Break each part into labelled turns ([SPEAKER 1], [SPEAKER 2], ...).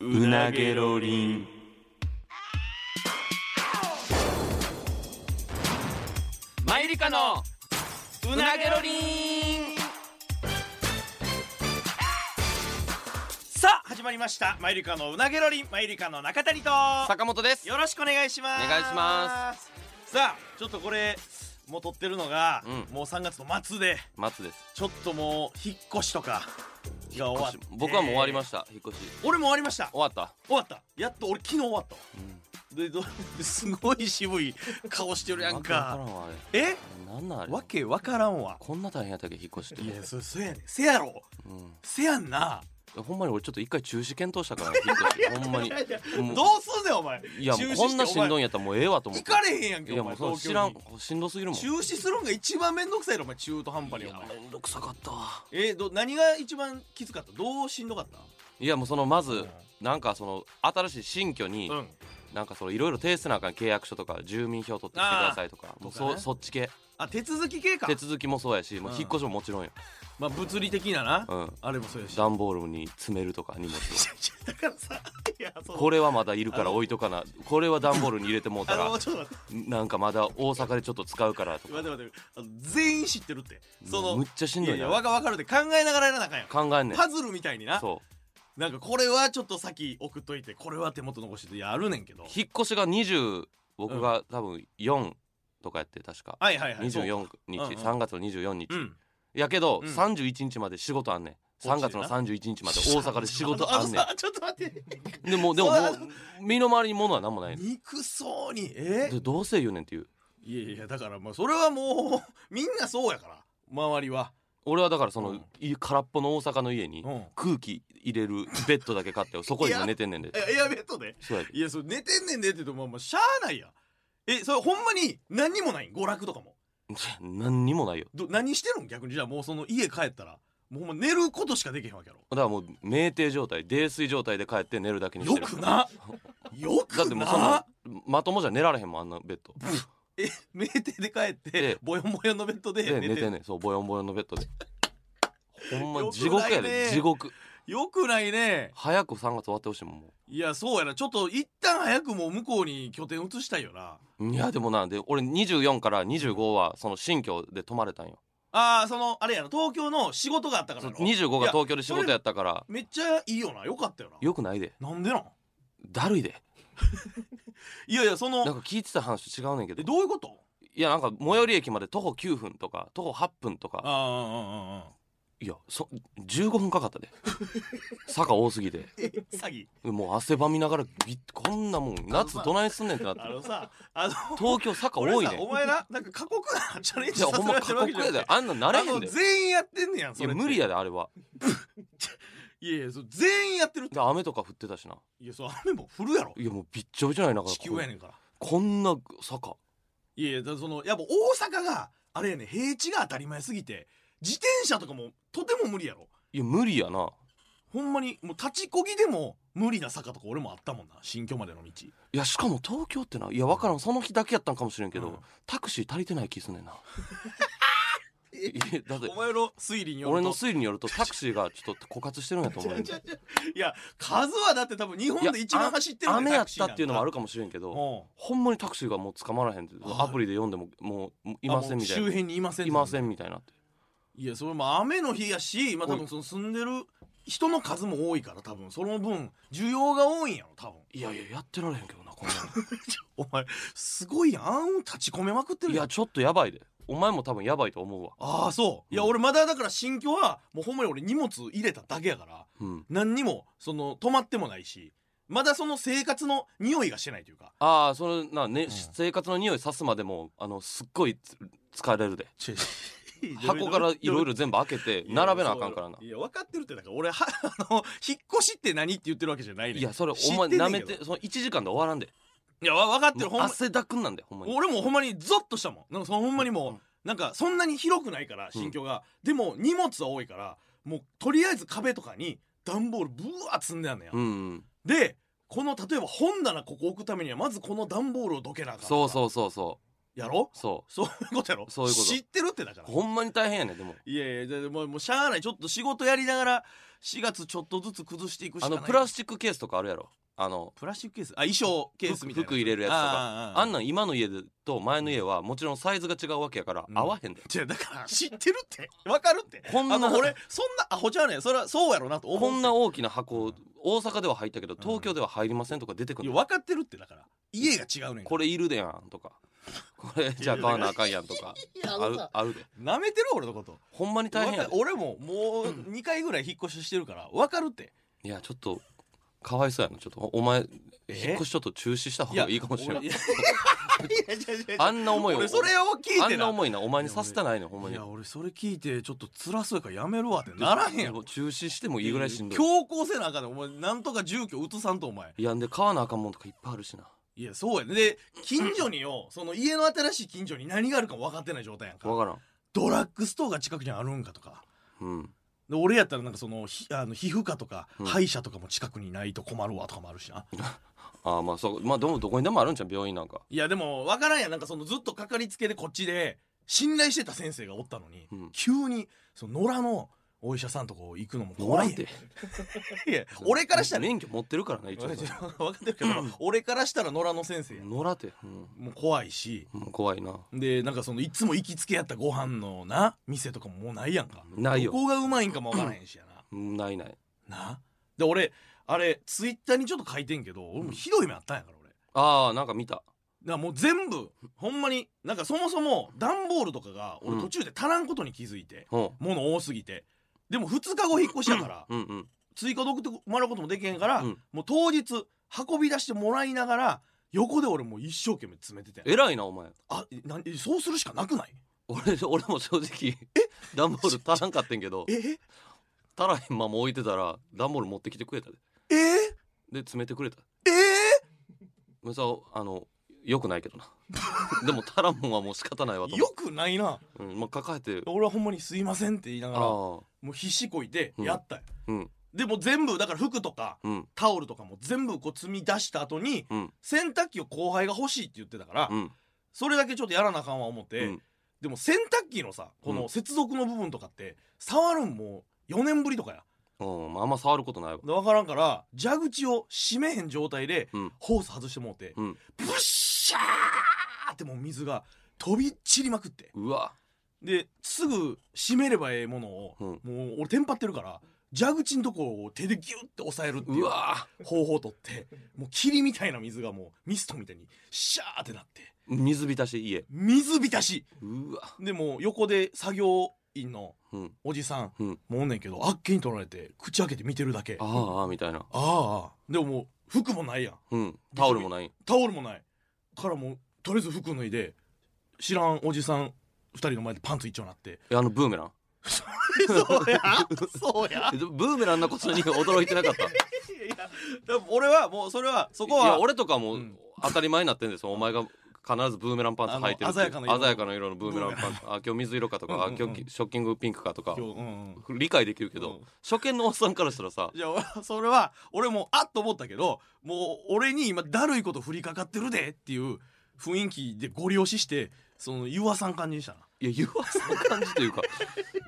[SPEAKER 1] うなげろりん
[SPEAKER 2] マイリカのうなげろりん
[SPEAKER 1] さあ始まりましたマイリカのうなげろりんマイリカの中谷と
[SPEAKER 2] 坂本です
[SPEAKER 1] よろしくお願いします
[SPEAKER 2] お願いします
[SPEAKER 1] さあちょっとこれもう撮ってるのが、
[SPEAKER 2] うん
[SPEAKER 1] もう3月の末で
[SPEAKER 2] 松です
[SPEAKER 1] ちょっともう引っ越しとかが終わって
[SPEAKER 2] 僕はもう終わりました引っ越し
[SPEAKER 1] 俺も終わりました
[SPEAKER 2] 終わった、
[SPEAKER 1] 終わったやっと俺昨日終わったわでどすごい渋い顔してるやん
[SPEAKER 2] わ
[SPEAKER 1] か
[SPEAKER 2] けわからんわ
[SPEAKER 1] え
[SPEAKER 2] あれなんなんあれ
[SPEAKER 1] わけわからんわ
[SPEAKER 2] こんな大変やったっけ引っ越しって
[SPEAKER 1] いやそそやねんせやろ
[SPEAKER 2] うんい
[SPEAKER 1] せやんな
[SPEAKER 2] やほんまに俺ちょっと一回中止検討した から引っ越しほんまに
[SPEAKER 1] いやいや
[SPEAKER 2] もう
[SPEAKER 1] どうすんねんお前
[SPEAKER 2] いやもうこんなしんどいんやったらもうええわと思っ
[SPEAKER 1] 行
[SPEAKER 2] て
[SPEAKER 1] かれへんやんけ
[SPEAKER 2] いや
[SPEAKER 1] お
[SPEAKER 2] も
[SPEAKER 1] 前
[SPEAKER 2] うそう
[SPEAKER 1] 東京
[SPEAKER 2] 知
[SPEAKER 1] に
[SPEAKER 2] らんしんどすぎるもん
[SPEAKER 1] 中止するんが一番面倒くさいろお前中途半端にお前
[SPEAKER 2] いやめんどくさかったわ
[SPEAKER 1] えーど何が一番きつかったどうしんどかった
[SPEAKER 2] いやもうそのま
[SPEAKER 1] う
[SPEAKER 2] ず
[SPEAKER 1] ん
[SPEAKER 2] なんかその新しい新居に
[SPEAKER 1] うん
[SPEAKER 2] なんかそのいろいろ提出なあかん契約書とか住民票取ってきてくださいとかも
[SPEAKER 1] と
[SPEAKER 2] う
[SPEAKER 1] か
[SPEAKER 2] そ
[SPEAKER 1] ね
[SPEAKER 2] そっち系
[SPEAKER 1] あ手続き系か
[SPEAKER 2] 手続きもそうやしもう
[SPEAKER 1] うん
[SPEAKER 2] 引っ越しももちろんよ
[SPEAKER 1] まあ物理的なな、
[SPEAKER 2] うん
[SPEAKER 1] あれもそうやし
[SPEAKER 2] 段ボールに詰めるとか荷物を
[SPEAKER 1] だからさいやそう
[SPEAKER 2] これはまだいるから置いとかなこれは段ボールに入れてもうた
[SPEAKER 1] あ
[SPEAKER 2] ら
[SPEAKER 1] のちょっと待って
[SPEAKER 2] なんかまだ大阪でちょっと使うからとか
[SPEAKER 1] 待って待ってあの全員知ってるってその
[SPEAKER 2] むっちゃしんどい
[SPEAKER 1] いや
[SPEAKER 2] ない
[SPEAKER 1] やわかわかるって考えながらやらなあかんやん
[SPEAKER 2] 考えんねん
[SPEAKER 1] パズルみたいにな
[SPEAKER 2] そう
[SPEAKER 1] なんかこれはちょっと先送っといてこれは手元残しててやるねんけど
[SPEAKER 2] 引っ越しが20
[SPEAKER 1] う
[SPEAKER 2] 僕
[SPEAKER 1] ん
[SPEAKER 2] が多分4とかやって確か
[SPEAKER 1] はいはいはいそう
[SPEAKER 2] 24日
[SPEAKER 1] うんうん
[SPEAKER 2] 3月の24日
[SPEAKER 1] うん
[SPEAKER 2] やけど
[SPEAKER 1] うん
[SPEAKER 2] 31日まで仕事あんねん
[SPEAKER 1] こっ
[SPEAKER 2] 3
[SPEAKER 1] ち
[SPEAKER 2] 月
[SPEAKER 1] で
[SPEAKER 2] の
[SPEAKER 1] な
[SPEAKER 2] 31日まで大阪で仕事あんね
[SPEAKER 1] のさちょっと待って
[SPEAKER 2] んでもうでもも
[SPEAKER 1] そう
[SPEAKER 2] う身の回りに物は何もないねん
[SPEAKER 1] 憎そうにえ
[SPEAKER 2] でどうせ言うねんっていう
[SPEAKER 1] いやいやだからまあそれはもうみんなそうやから周りは
[SPEAKER 2] 俺はだからそ
[SPEAKER 1] うん
[SPEAKER 2] のい空っぽの大阪の家に
[SPEAKER 1] うん
[SPEAKER 2] 空気入れるベッドだけ 買ってそこで今寝てんねんで
[SPEAKER 1] えエアベッドで
[SPEAKER 2] そうやで
[SPEAKER 1] いやそれ寝てんねんでって言うとまあまあしゃあないやんえそれほんまに何にもないん娯楽とかも
[SPEAKER 2] 何にもないよ
[SPEAKER 1] ど何してるん逆にじゃあもうその家帰ったらもうほんま寝ることしかできへんわけやろ
[SPEAKER 2] だからもう酩酊状態泥酔状態で帰って寝るだけにし
[SPEAKER 1] よ
[SPEAKER 2] てる
[SPEAKER 1] くなよくな
[SPEAKER 2] だってもうそんなまともじゃ寝られへんもんあんなベッド
[SPEAKER 1] え酩酊で帰って
[SPEAKER 2] で
[SPEAKER 1] ボヨンボヨンのベッドで
[SPEAKER 2] で
[SPEAKER 1] 寝て
[SPEAKER 2] 寝て
[SPEAKER 1] る
[SPEAKER 2] んねんそうボヨンボヨンのベッ ドでほんま
[SPEAKER 1] よ
[SPEAKER 2] 地
[SPEAKER 1] く
[SPEAKER 2] 獄
[SPEAKER 1] ないね
[SPEAKER 2] やで地獄
[SPEAKER 1] よくないね
[SPEAKER 2] 早く3月終わってほしいもんも
[SPEAKER 1] いやそうやなちょっと一旦早くもう向こうに拠点移したいよな
[SPEAKER 2] ういやでもなんで俺24から25はその新居で泊まれたんよ
[SPEAKER 1] ああそのあれやな東京の仕事があったから
[SPEAKER 2] そう
[SPEAKER 1] やろ
[SPEAKER 2] 25が東京で仕事やったから
[SPEAKER 1] めっちゃいいよなよかったよな
[SPEAKER 2] よくないで
[SPEAKER 1] なんでなん
[SPEAKER 2] だるいで
[SPEAKER 1] いやいやそ
[SPEAKER 2] なん
[SPEAKER 1] の
[SPEAKER 2] か聞いてた話と違うねんけど
[SPEAKER 1] えどういうこと
[SPEAKER 2] いやなんか最寄り駅まで徒歩9分とか徒歩8分と
[SPEAKER 1] あ
[SPEAKER 2] か
[SPEAKER 1] ああああ
[SPEAKER 2] いやそ15分か かったで坂多すぎて
[SPEAKER 1] え詐欺
[SPEAKER 2] もう汗ばみながらぎこんなもん夏どないすんねんってなって
[SPEAKER 1] あのさあの
[SPEAKER 2] 東京坂多
[SPEAKER 1] 俺
[SPEAKER 2] い
[SPEAKER 1] さ
[SPEAKER 2] ねん
[SPEAKER 1] お前ななんか過酷なチャレンジ
[SPEAKER 2] いや
[SPEAKER 1] さ
[SPEAKER 2] ほん
[SPEAKER 1] せら
[SPEAKER 2] ま
[SPEAKER 1] れてる
[SPEAKER 2] 過
[SPEAKER 1] わ
[SPEAKER 2] 酷
[SPEAKER 1] けじゃない
[SPEAKER 2] やであんなんなれへ
[SPEAKER 1] あ
[SPEAKER 2] ん
[SPEAKER 1] の
[SPEAKER 2] で
[SPEAKER 1] 全員やってんねやん
[SPEAKER 2] い
[SPEAKER 1] そ
[SPEAKER 2] や
[SPEAKER 1] れって
[SPEAKER 2] 無理やであれはい
[SPEAKER 1] やいやそう全員やってるって
[SPEAKER 2] で雨とか降ってたしない
[SPEAKER 1] やそう雨も降るやろ
[SPEAKER 2] いやもうびっちょびちょない中
[SPEAKER 1] 地球やねんから
[SPEAKER 2] こんな坂
[SPEAKER 1] いやいやだからそのやっぱ大阪があれやねん平地が当たり前すぎて自転車とかもとても無理やろ
[SPEAKER 2] いや無理やな
[SPEAKER 1] ほんまにもう立ちこぎでも無理な坂とか俺もあったもんな新居までの道
[SPEAKER 2] いやしかも東京ってないやわからんその日だけやったんかもしれんけど、
[SPEAKER 1] うん
[SPEAKER 2] タクシー足りてない気すんね んないやだって
[SPEAKER 1] お前の推理による
[SPEAKER 2] 俺
[SPEAKER 1] と
[SPEAKER 2] の推理によるとタクシーがちょっと枯渇してるんやと思うねん
[SPEAKER 1] いや数はだって多分日本で一番走ってる
[SPEAKER 2] 雨やったっていうのもあ
[SPEAKER 1] る
[SPEAKER 2] るかもしれんけど
[SPEAKER 1] も
[SPEAKER 2] ほんまにタクシーがもう捕まらへんって
[SPEAKER 1] あ
[SPEAKER 2] アプリで読んでももうも
[SPEAKER 1] う
[SPEAKER 2] ういませんみたい
[SPEAKER 1] 周
[SPEAKER 2] な
[SPEAKER 1] 辺にいません
[SPEAKER 2] いませんみたいなって
[SPEAKER 1] いやそれも雨の日やしまあ多分その住んでる人の数も多いから多分その分需要が多いんやろ多分
[SPEAKER 2] いやいややってられへんけどなこんな
[SPEAKER 1] お前すごいやんあんを立ち込めまくって
[SPEAKER 2] の
[SPEAKER 1] る
[SPEAKER 2] い
[SPEAKER 1] やん
[SPEAKER 2] やちょっとやばいでお前も多分やばいと思うわ
[SPEAKER 1] ああそういや、
[SPEAKER 2] うん
[SPEAKER 1] 俺まだだから新居はもうほんまに俺荷物入れただけやから
[SPEAKER 2] うん
[SPEAKER 1] 何にもその泊まってもないしまだその生活の匂いがしてないというか
[SPEAKER 2] ああそれなね、
[SPEAKER 1] ん
[SPEAKER 2] 生活の匂いさすまでもあのすっごいつ疲れるで 箱からいろいろ全部開けて並べなあかんからない
[SPEAKER 1] や分かってるってだから俺は あの引っ越しって何って言ってるわけじゃないねん
[SPEAKER 2] いやそれ
[SPEAKER 1] 知
[SPEAKER 2] お
[SPEAKER 1] っ
[SPEAKER 2] 前
[SPEAKER 1] てんね
[SPEAKER 2] なん
[SPEAKER 1] け
[SPEAKER 2] め
[SPEAKER 1] ど
[SPEAKER 2] てその1時間で終わらんで
[SPEAKER 1] いやわ分かってるほんま
[SPEAKER 2] 汗だくんなんでほんまに
[SPEAKER 1] 俺もほんまにゾッとしたもんなんかそのほんまにもう、
[SPEAKER 2] うん
[SPEAKER 1] なんかそんなに広くないから新居が、でも荷物は多いからもうとりあえず壁とかに段ボールブワー積んであんねや、
[SPEAKER 2] うんうん
[SPEAKER 1] でこの例えば本棚ここ置くためにはまずこの段ボールをどけなあかん
[SPEAKER 2] そう
[SPEAKER 1] う
[SPEAKER 2] そうそうそ
[SPEAKER 1] やろ
[SPEAKER 2] そ
[SPEAKER 1] そういうことやろ
[SPEAKER 2] そういうこと
[SPEAKER 1] 知ってるってだか
[SPEAKER 2] う
[SPEAKER 1] ら
[SPEAKER 2] ほんまに大変やねでも
[SPEAKER 1] いやいやだってもうもうしゃあないちょっと仕事やりながら4月ちょっとずつ崩していくしか
[SPEAKER 2] あ
[SPEAKER 1] ない
[SPEAKER 2] のプラスチックケースとかあるやろあの
[SPEAKER 1] プラスチックケースあ衣装ケースみたいな
[SPEAKER 2] 服服入れるやつと
[SPEAKER 1] あ
[SPEAKER 2] か
[SPEAKER 1] ああ
[SPEAKER 2] あんなん今の家でと前の家はもちろんサイズが違うわけやから
[SPEAKER 1] うん
[SPEAKER 2] 合わへんで、
[SPEAKER 1] じゃだから知ってるってわかるって
[SPEAKER 2] こんな
[SPEAKER 1] あの俺そんなアホちゃうねんそれはそうやろなと思う
[SPEAKER 2] こんな
[SPEAKER 1] っ
[SPEAKER 2] 大きな箱大阪では入ったけど東京では入りませんとか出て
[SPEAKER 1] て
[SPEAKER 2] く
[SPEAKER 1] い
[SPEAKER 2] る
[SPEAKER 1] や
[SPEAKER 2] の、
[SPEAKER 1] 分かってるってだから家が違うねん
[SPEAKER 2] これいるでやんとかこれじゃあ買わなあかんやんとか
[SPEAKER 1] いや
[SPEAKER 2] あるあるで
[SPEAKER 1] なめてる俺のこと
[SPEAKER 2] ほんまに大変
[SPEAKER 1] わ
[SPEAKER 2] や
[SPEAKER 1] か
[SPEAKER 2] で
[SPEAKER 1] 俺ももう2回ぐらい引っ越ししてるから分かるって
[SPEAKER 2] いやちょっとかわいそうやなちょっとおお前
[SPEAKER 1] え
[SPEAKER 2] 引っ越しちょっと中止した方がいいかもしれない
[SPEAKER 1] いや俺いやいやいやいや
[SPEAKER 2] あんな思いを
[SPEAKER 1] 俺それを聞いてな
[SPEAKER 2] あんな思いなお前にさせたないのほんま
[SPEAKER 1] い
[SPEAKER 2] に
[SPEAKER 1] や俺それ聞いてちょっと辛そうやからやめるわってならへんやろ
[SPEAKER 2] 中止してもいいぐらいしんどい
[SPEAKER 1] 強行せなあかんねんお前なんとか住居移さんとお前
[SPEAKER 2] いやんで買わなあかんもんとかいっぱいあるしない
[SPEAKER 1] やそうやねで近所に よその家の新しい近所に何があるかも分かってない状態やん
[SPEAKER 2] わ
[SPEAKER 1] か
[SPEAKER 2] からん
[SPEAKER 1] ドラッグストアが近くにあるんかとか
[SPEAKER 2] うん
[SPEAKER 1] で俺やったらなんかそのひあの皮膚科とか
[SPEAKER 2] うん
[SPEAKER 1] 歯医者とかも近くにないと困るわとかもあるしな、
[SPEAKER 2] ああまあそうまあでもどこにでもあるんじゃん病院なんか
[SPEAKER 1] いやでも分からんやんなんかそのずっとかかりつけでこっちで信頼してた先生がおったのに、
[SPEAKER 2] うん
[SPEAKER 1] 急にその野良のお医者さんとこ行くのも怖いやん
[SPEAKER 2] で
[SPEAKER 1] いや俺からしたら
[SPEAKER 2] 免許持ってるから ね一応
[SPEAKER 1] 分かってるけど、俺からしたら野良の先生やん
[SPEAKER 2] 野良てうん
[SPEAKER 1] もう怖いし
[SPEAKER 2] うん怖いな
[SPEAKER 1] でなんかそのいつも行きつけやったご飯のな店とかももうないやんか
[SPEAKER 2] ないよ
[SPEAKER 1] どこがうまいんかもわからへんしや
[SPEAKER 2] うんないない
[SPEAKER 1] ななで俺あれツイッターにちょっと書いてんけど俺もひどい目あったんやから俺だか
[SPEAKER 2] ああなんか見た
[SPEAKER 1] らもう全部ほんまになんかそもそも段ボールとかが
[SPEAKER 2] う
[SPEAKER 1] 俺
[SPEAKER 2] ん
[SPEAKER 1] 途中で足らんことに気づいて、
[SPEAKER 2] うん
[SPEAKER 1] 物多すぎてでも2日後引っ越しやから
[SPEAKER 2] うんうん
[SPEAKER 1] 追加で送ってもらうこともできへんから、
[SPEAKER 2] うん
[SPEAKER 1] もう当日運び出してもらいながら横で俺もう一生懸命詰めてて
[SPEAKER 2] 偉いなお前
[SPEAKER 1] あなそうするしかなくない
[SPEAKER 2] 俺俺も正直段ボール足らんかってんけど
[SPEAKER 1] ええ
[SPEAKER 2] 足らへんまま置いてたら段ボール持ってきてくれたで
[SPEAKER 1] え
[SPEAKER 2] で詰めてくれた
[SPEAKER 1] え
[SPEAKER 2] もうさあのよくないけどな でも足らんもんはもう仕方ないわと
[SPEAKER 1] よ
[SPEAKER 2] 思
[SPEAKER 1] くないな
[SPEAKER 2] う、うんまあ、抱えて
[SPEAKER 1] 俺はほんまに「すいません」って言いなが
[SPEAKER 2] あ
[SPEAKER 1] らも
[SPEAKER 2] あ
[SPEAKER 1] う必死こいて
[SPEAKER 2] うん
[SPEAKER 1] やったよ、
[SPEAKER 2] うん
[SPEAKER 1] でも全部だから服とか
[SPEAKER 2] うん
[SPEAKER 1] タオルとかも全部こう積み出した後に
[SPEAKER 2] うん
[SPEAKER 1] 洗濯機を後輩が欲しいって言ってたから、
[SPEAKER 2] うん
[SPEAKER 1] それだけちょっとやらなあかんわ思って、
[SPEAKER 2] うん
[SPEAKER 1] でも洗濯機のさこ
[SPEAKER 2] う
[SPEAKER 1] の
[SPEAKER 2] ん
[SPEAKER 1] 接続の部分とかって触るんもう4年ぶりとかや
[SPEAKER 2] うんまああんま触ることないわ
[SPEAKER 1] で分からんから蛇口を閉めへん状態で
[SPEAKER 2] うん
[SPEAKER 1] ホース外してもうて、
[SPEAKER 2] うん
[SPEAKER 1] ブッシャーってもう水が飛び散りまくって
[SPEAKER 2] うわ
[SPEAKER 1] ですぐ閉めればええものを、
[SPEAKER 2] うん
[SPEAKER 1] もう俺テンパってるから蛇口のとこを手でギュッて押さえるっていうう
[SPEAKER 2] わ
[SPEAKER 1] 方法をとってもう霧みたいな水がもうミストみたいにシャーってなって
[SPEAKER 2] 水浸し家
[SPEAKER 1] 水浸し
[SPEAKER 2] うわ
[SPEAKER 1] でもう横で作業員の
[SPEAKER 2] うん
[SPEAKER 1] おじさん、
[SPEAKER 2] うん
[SPEAKER 1] もうおんねんけどあっけに取られて口開けて見てるだけ
[SPEAKER 2] あ
[SPEAKER 1] あ
[SPEAKER 2] あああみたいな
[SPEAKER 1] あでももう服もないやん
[SPEAKER 2] うんタオルもない
[SPEAKER 1] タオルもないからもうとりあえず服脱いで知らんおじさん2人の前でパンツ一丁なって
[SPEAKER 2] えあのブーメラン
[SPEAKER 1] そうや そうや
[SPEAKER 2] えでもブーメランなことに驚いてなかった
[SPEAKER 1] いやでも俺はもうそれはそこ
[SPEAKER 2] い
[SPEAKER 1] は
[SPEAKER 2] や俺とかも
[SPEAKER 1] うん
[SPEAKER 2] 当たり前になってん ですよお前が必ずブーメランパンツ履いてるって
[SPEAKER 1] あの
[SPEAKER 2] いう
[SPEAKER 1] 鮮やかな色の
[SPEAKER 2] 鮮やかな色のブーメランパンツあ今日水色かとか
[SPEAKER 1] うんうん
[SPEAKER 2] あ
[SPEAKER 1] うん
[SPEAKER 2] 今日ショッキングピンクかとか
[SPEAKER 1] 今日、うんうん、
[SPEAKER 2] 理解できるけど、
[SPEAKER 1] うん
[SPEAKER 2] 初見のおっさんからしたらさ
[SPEAKER 1] じゃあそれは俺もあっと思ったけどもう俺に今だるいこと振りかかってるでっていう雰囲気でご利用ししてその湯浅さん感じでしたない
[SPEAKER 2] や言わせの感じというか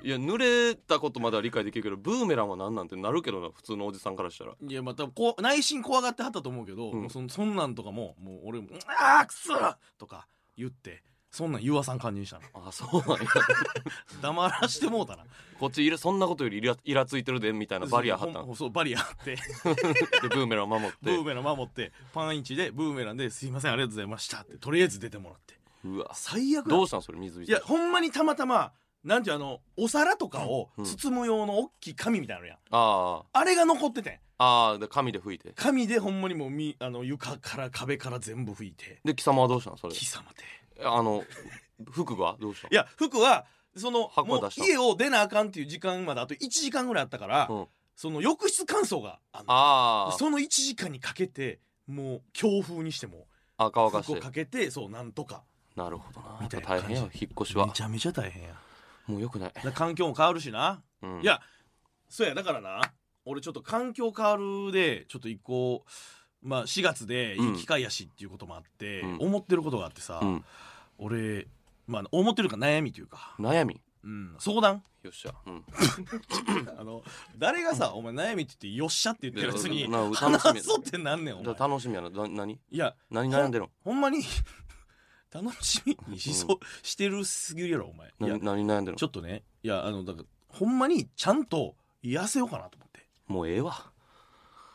[SPEAKER 2] いや濡れたことまでは理解できるけどブーメランは何なんてなるけどな普通のおじさんからしたら
[SPEAKER 1] いやまあ多分こう内心怖がってはったと思うけど、
[SPEAKER 2] うん
[SPEAKER 1] もうそのそんなんとかももう俺も「うんあーくそ!」とか言ってそんなん湯浅さん感じにしたな
[SPEAKER 2] あそうなんや
[SPEAKER 1] 黙らしてもうたな
[SPEAKER 2] こっちいらそんなことよりイライラついてるでみたいなバリア張っ
[SPEAKER 1] ほ
[SPEAKER 2] た
[SPEAKER 1] ん
[SPEAKER 2] ん
[SPEAKER 1] ほんそうバリア張って
[SPEAKER 2] でブーメラン守っ
[SPEAKER 1] ブー
[SPEAKER 2] て
[SPEAKER 1] メラン守ってパンイチでブーメランで「すいませんありがとうございました」ってとりあえず出てもらって
[SPEAKER 2] うわ
[SPEAKER 1] 最悪や
[SPEAKER 2] どうしたんそれ水着
[SPEAKER 1] いやほんまにたまたまなんていうあのお皿とかを
[SPEAKER 2] うん
[SPEAKER 1] 包む用の大きい紙みたいなのやん、
[SPEAKER 2] あ
[SPEAKER 1] あれが残っててん
[SPEAKER 2] あああで紙で拭いて
[SPEAKER 1] 紙でほんまにもうみあの床から壁から全部拭いて
[SPEAKER 2] で貴様はどうしたんそれ
[SPEAKER 1] 貴様で
[SPEAKER 2] あの服がどうしたん
[SPEAKER 1] いや服はその
[SPEAKER 2] 箱
[SPEAKER 1] も
[SPEAKER 2] は
[SPEAKER 1] う
[SPEAKER 2] 出した
[SPEAKER 1] 家を出なあかんっていう時間まであと1時間ぐらいあったから、
[SPEAKER 2] うん
[SPEAKER 1] その浴室乾燥があんの
[SPEAKER 2] あ
[SPEAKER 1] その1時間にかけてもう強風にしても
[SPEAKER 2] ああ乾か
[SPEAKER 1] 服
[SPEAKER 2] し
[SPEAKER 1] を
[SPEAKER 2] て
[SPEAKER 1] かけてそうなんとか
[SPEAKER 2] なるほどな
[SPEAKER 1] みたいな
[SPEAKER 2] 大
[SPEAKER 1] 感じ
[SPEAKER 2] 変よ引っ越し
[SPEAKER 1] め
[SPEAKER 2] は
[SPEAKER 1] ちゃめちゃ大 変やだか
[SPEAKER 2] もうよくない、
[SPEAKER 1] ら環境も変わるしな
[SPEAKER 2] うん、
[SPEAKER 1] いやそうやだからな俺ちょっと環境変わるでちょっと一個まあ4月でいい機会やしっていうこともあって、
[SPEAKER 2] うん
[SPEAKER 1] 思ってることがあってさ、
[SPEAKER 2] うん
[SPEAKER 1] 俺まあ思ってるか悩みというか、
[SPEAKER 2] 悩み
[SPEAKER 1] うん、相 談
[SPEAKER 2] よっしゃ、うん、
[SPEAKER 1] あの誰がさ、お前悩みって言って「よっしゃ」って言ってるやつに
[SPEAKER 2] いやな
[SPEAKER 1] 話そうってなんねんお前
[SPEAKER 2] だから楽しみやなな何
[SPEAKER 1] いや
[SPEAKER 2] 何悩んでる
[SPEAKER 1] ほんまに 楽しみにしそう、してるすぎるやろお前い
[SPEAKER 2] の
[SPEAKER 1] や
[SPEAKER 2] な何悩んでる
[SPEAKER 1] ちょっとねいやあのだからほんまにちゃんと痩せようかなと思って
[SPEAKER 2] のもうええわ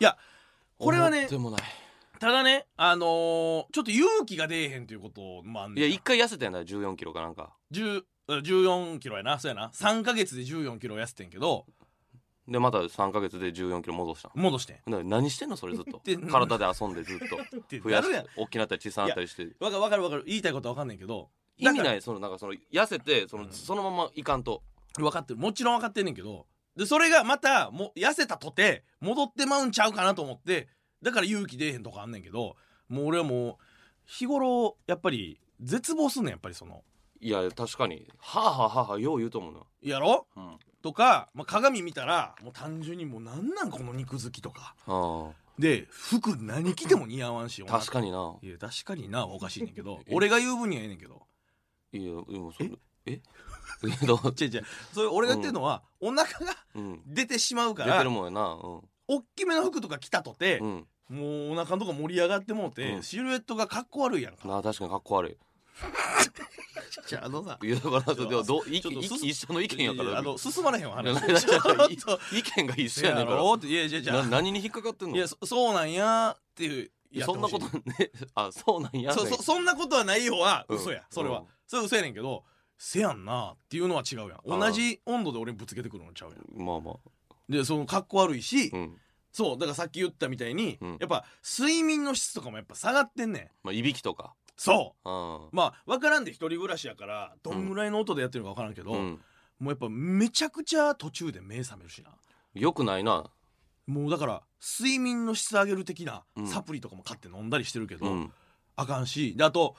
[SPEAKER 1] いやこれはね
[SPEAKER 2] 思ってもない
[SPEAKER 1] ただねあのーちょっと勇気が出えへんということもあん
[SPEAKER 2] い
[SPEAKER 1] ね
[SPEAKER 2] や
[SPEAKER 1] ん
[SPEAKER 2] 一回痩せたやな1 4キロかなんか
[SPEAKER 1] 10あ14キロやなそうやな3ヶ月で14キロ痩せてんけど
[SPEAKER 2] でまた3ヶ月で1 4キロ戻した
[SPEAKER 1] 戻してん
[SPEAKER 2] ほんなら何してんのそれずっと
[SPEAKER 1] で
[SPEAKER 2] 体で遊んでずっと
[SPEAKER 1] って
[SPEAKER 2] 増
[SPEAKER 1] な
[SPEAKER 2] や
[SPEAKER 1] る
[SPEAKER 2] し
[SPEAKER 1] やん
[SPEAKER 2] て大きなったり小さなったりして
[SPEAKER 1] わかわかるわかる言いたいことはわかんないけど
[SPEAKER 2] 意味
[SPEAKER 1] だか
[SPEAKER 2] ないそのなんかその痩せてその,、
[SPEAKER 1] うん
[SPEAKER 2] そのままいかんと
[SPEAKER 1] ら分かってるもちろん分かってんねんけどでそれがまたも痩せたとて戻ってまうんちゃうかなと思ってだから勇気出えへんとかあんねんけどもう俺はもう日頃やっぱり絶望すんねんやっぱりその
[SPEAKER 2] いや確かにはあはあはあはあよう言うと思うな
[SPEAKER 1] やろ
[SPEAKER 2] うんあ
[SPEAKER 1] とか、まあ、鏡見たらもう単純にもうなんなんこの肉好きとか
[SPEAKER 2] あ
[SPEAKER 1] で服何着ても似合わんし
[SPEAKER 2] 確かにない
[SPEAKER 1] や確かになはおかしいねんけ ど
[SPEAKER 2] え
[SPEAKER 1] 俺が言う分にはええねんけど
[SPEAKER 2] いやでもそれええ どう
[SPEAKER 1] 違う違うそれ俺が言ってるのは、お腹が
[SPEAKER 2] うん
[SPEAKER 1] 出てしまうか
[SPEAKER 2] 出て
[SPEAKER 1] ら
[SPEAKER 2] るもんやなう
[SPEAKER 1] おっきめの服とか着たとて、
[SPEAKER 2] ん、
[SPEAKER 1] もうお腹のとこ盛り上がってもうて、
[SPEAKER 2] うん
[SPEAKER 1] シルエットがかっこ悪いやん
[SPEAKER 2] う ん、
[SPEAKER 1] か
[SPEAKER 2] なあ確かにかっこ悪
[SPEAKER 1] じゃああのさ
[SPEAKER 2] いいやだからそれではどう意
[SPEAKER 1] ちょっ
[SPEAKER 2] 見
[SPEAKER 1] とす
[SPEAKER 2] 意
[SPEAKER 1] す
[SPEAKER 2] 見一緒の意見やか
[SPEAKER 1] い
[SPEAKER 2] ら
[SPEAKER 1] あの進まれへんわ 話
[SPEAKER 2] い や
[SPEAKER 1] ちょっ
[SPEAKER 2] い
[SPEAKER 1] と
[SPEAKER 2] 意見が一
[SPEAKER 1] せ
[SPEAKER 2] 緒やね
[SPEAKER 1] や
[SPEAKER 2] んから
[SPEAKER 1] ろっていやいやいや
[SPEAKER 2] な何に引っかかってんの
[SPEAKER 1] いやそそうなんやっていうやって
[SPEAKER 2] そ
[SPEAKER 1] ほ
[SPEAKER 2] んな
[SPEAKER 1] しい
[SPEAKER 2] こと ねあそうなんや
[SPEAKER 1] そうそそんなことはないよは嘘や、
[SPEAKER 2] うん
[SPEAKER 1] それは、
[SPEAKER 2] うん
[SPEAKER 1] それは嘘やねんけどせやんなっていうのは違うやん
[SPEAKER 2] ー
[SPEAKER 1] 同じ温度で俺ぶつけてくるのちゃうやん
[SPEAKER 2] まあまあ
[SPEAKER 1] でそのかっこ悪いし、
[SPEAKER 2] うん
[SPEAKER 1] そうだからさっき言ったみたいに、
[SPEAKER 2] うん
[SPEAKER 1] やっぱ睡眠の質とかもやっぱ下がってんねん
[SPEAKER 2] まあいびきとか
[SPEAKER 1] そう
[SPEAKER 2] うん
[SPEAKER 1] まあ分からんで一人暮らしやからどんぐらいの音でやってるのか分からんけど、
[SPEAKER 2] うん
[SPEAKER 1] もうやっぱめちゃくちゃ途中で目覚めるしな
[SPEAKER 2] よくないな
[SPEAKER 1] もうだから睡眠の質上げる的な
[SPEAKER 2] うん
[SPEAKER 1] サプリとかも買って飲んだりしてるけど、
[SPEAKER 2] うん
[SPEAKER 1] あかんしであと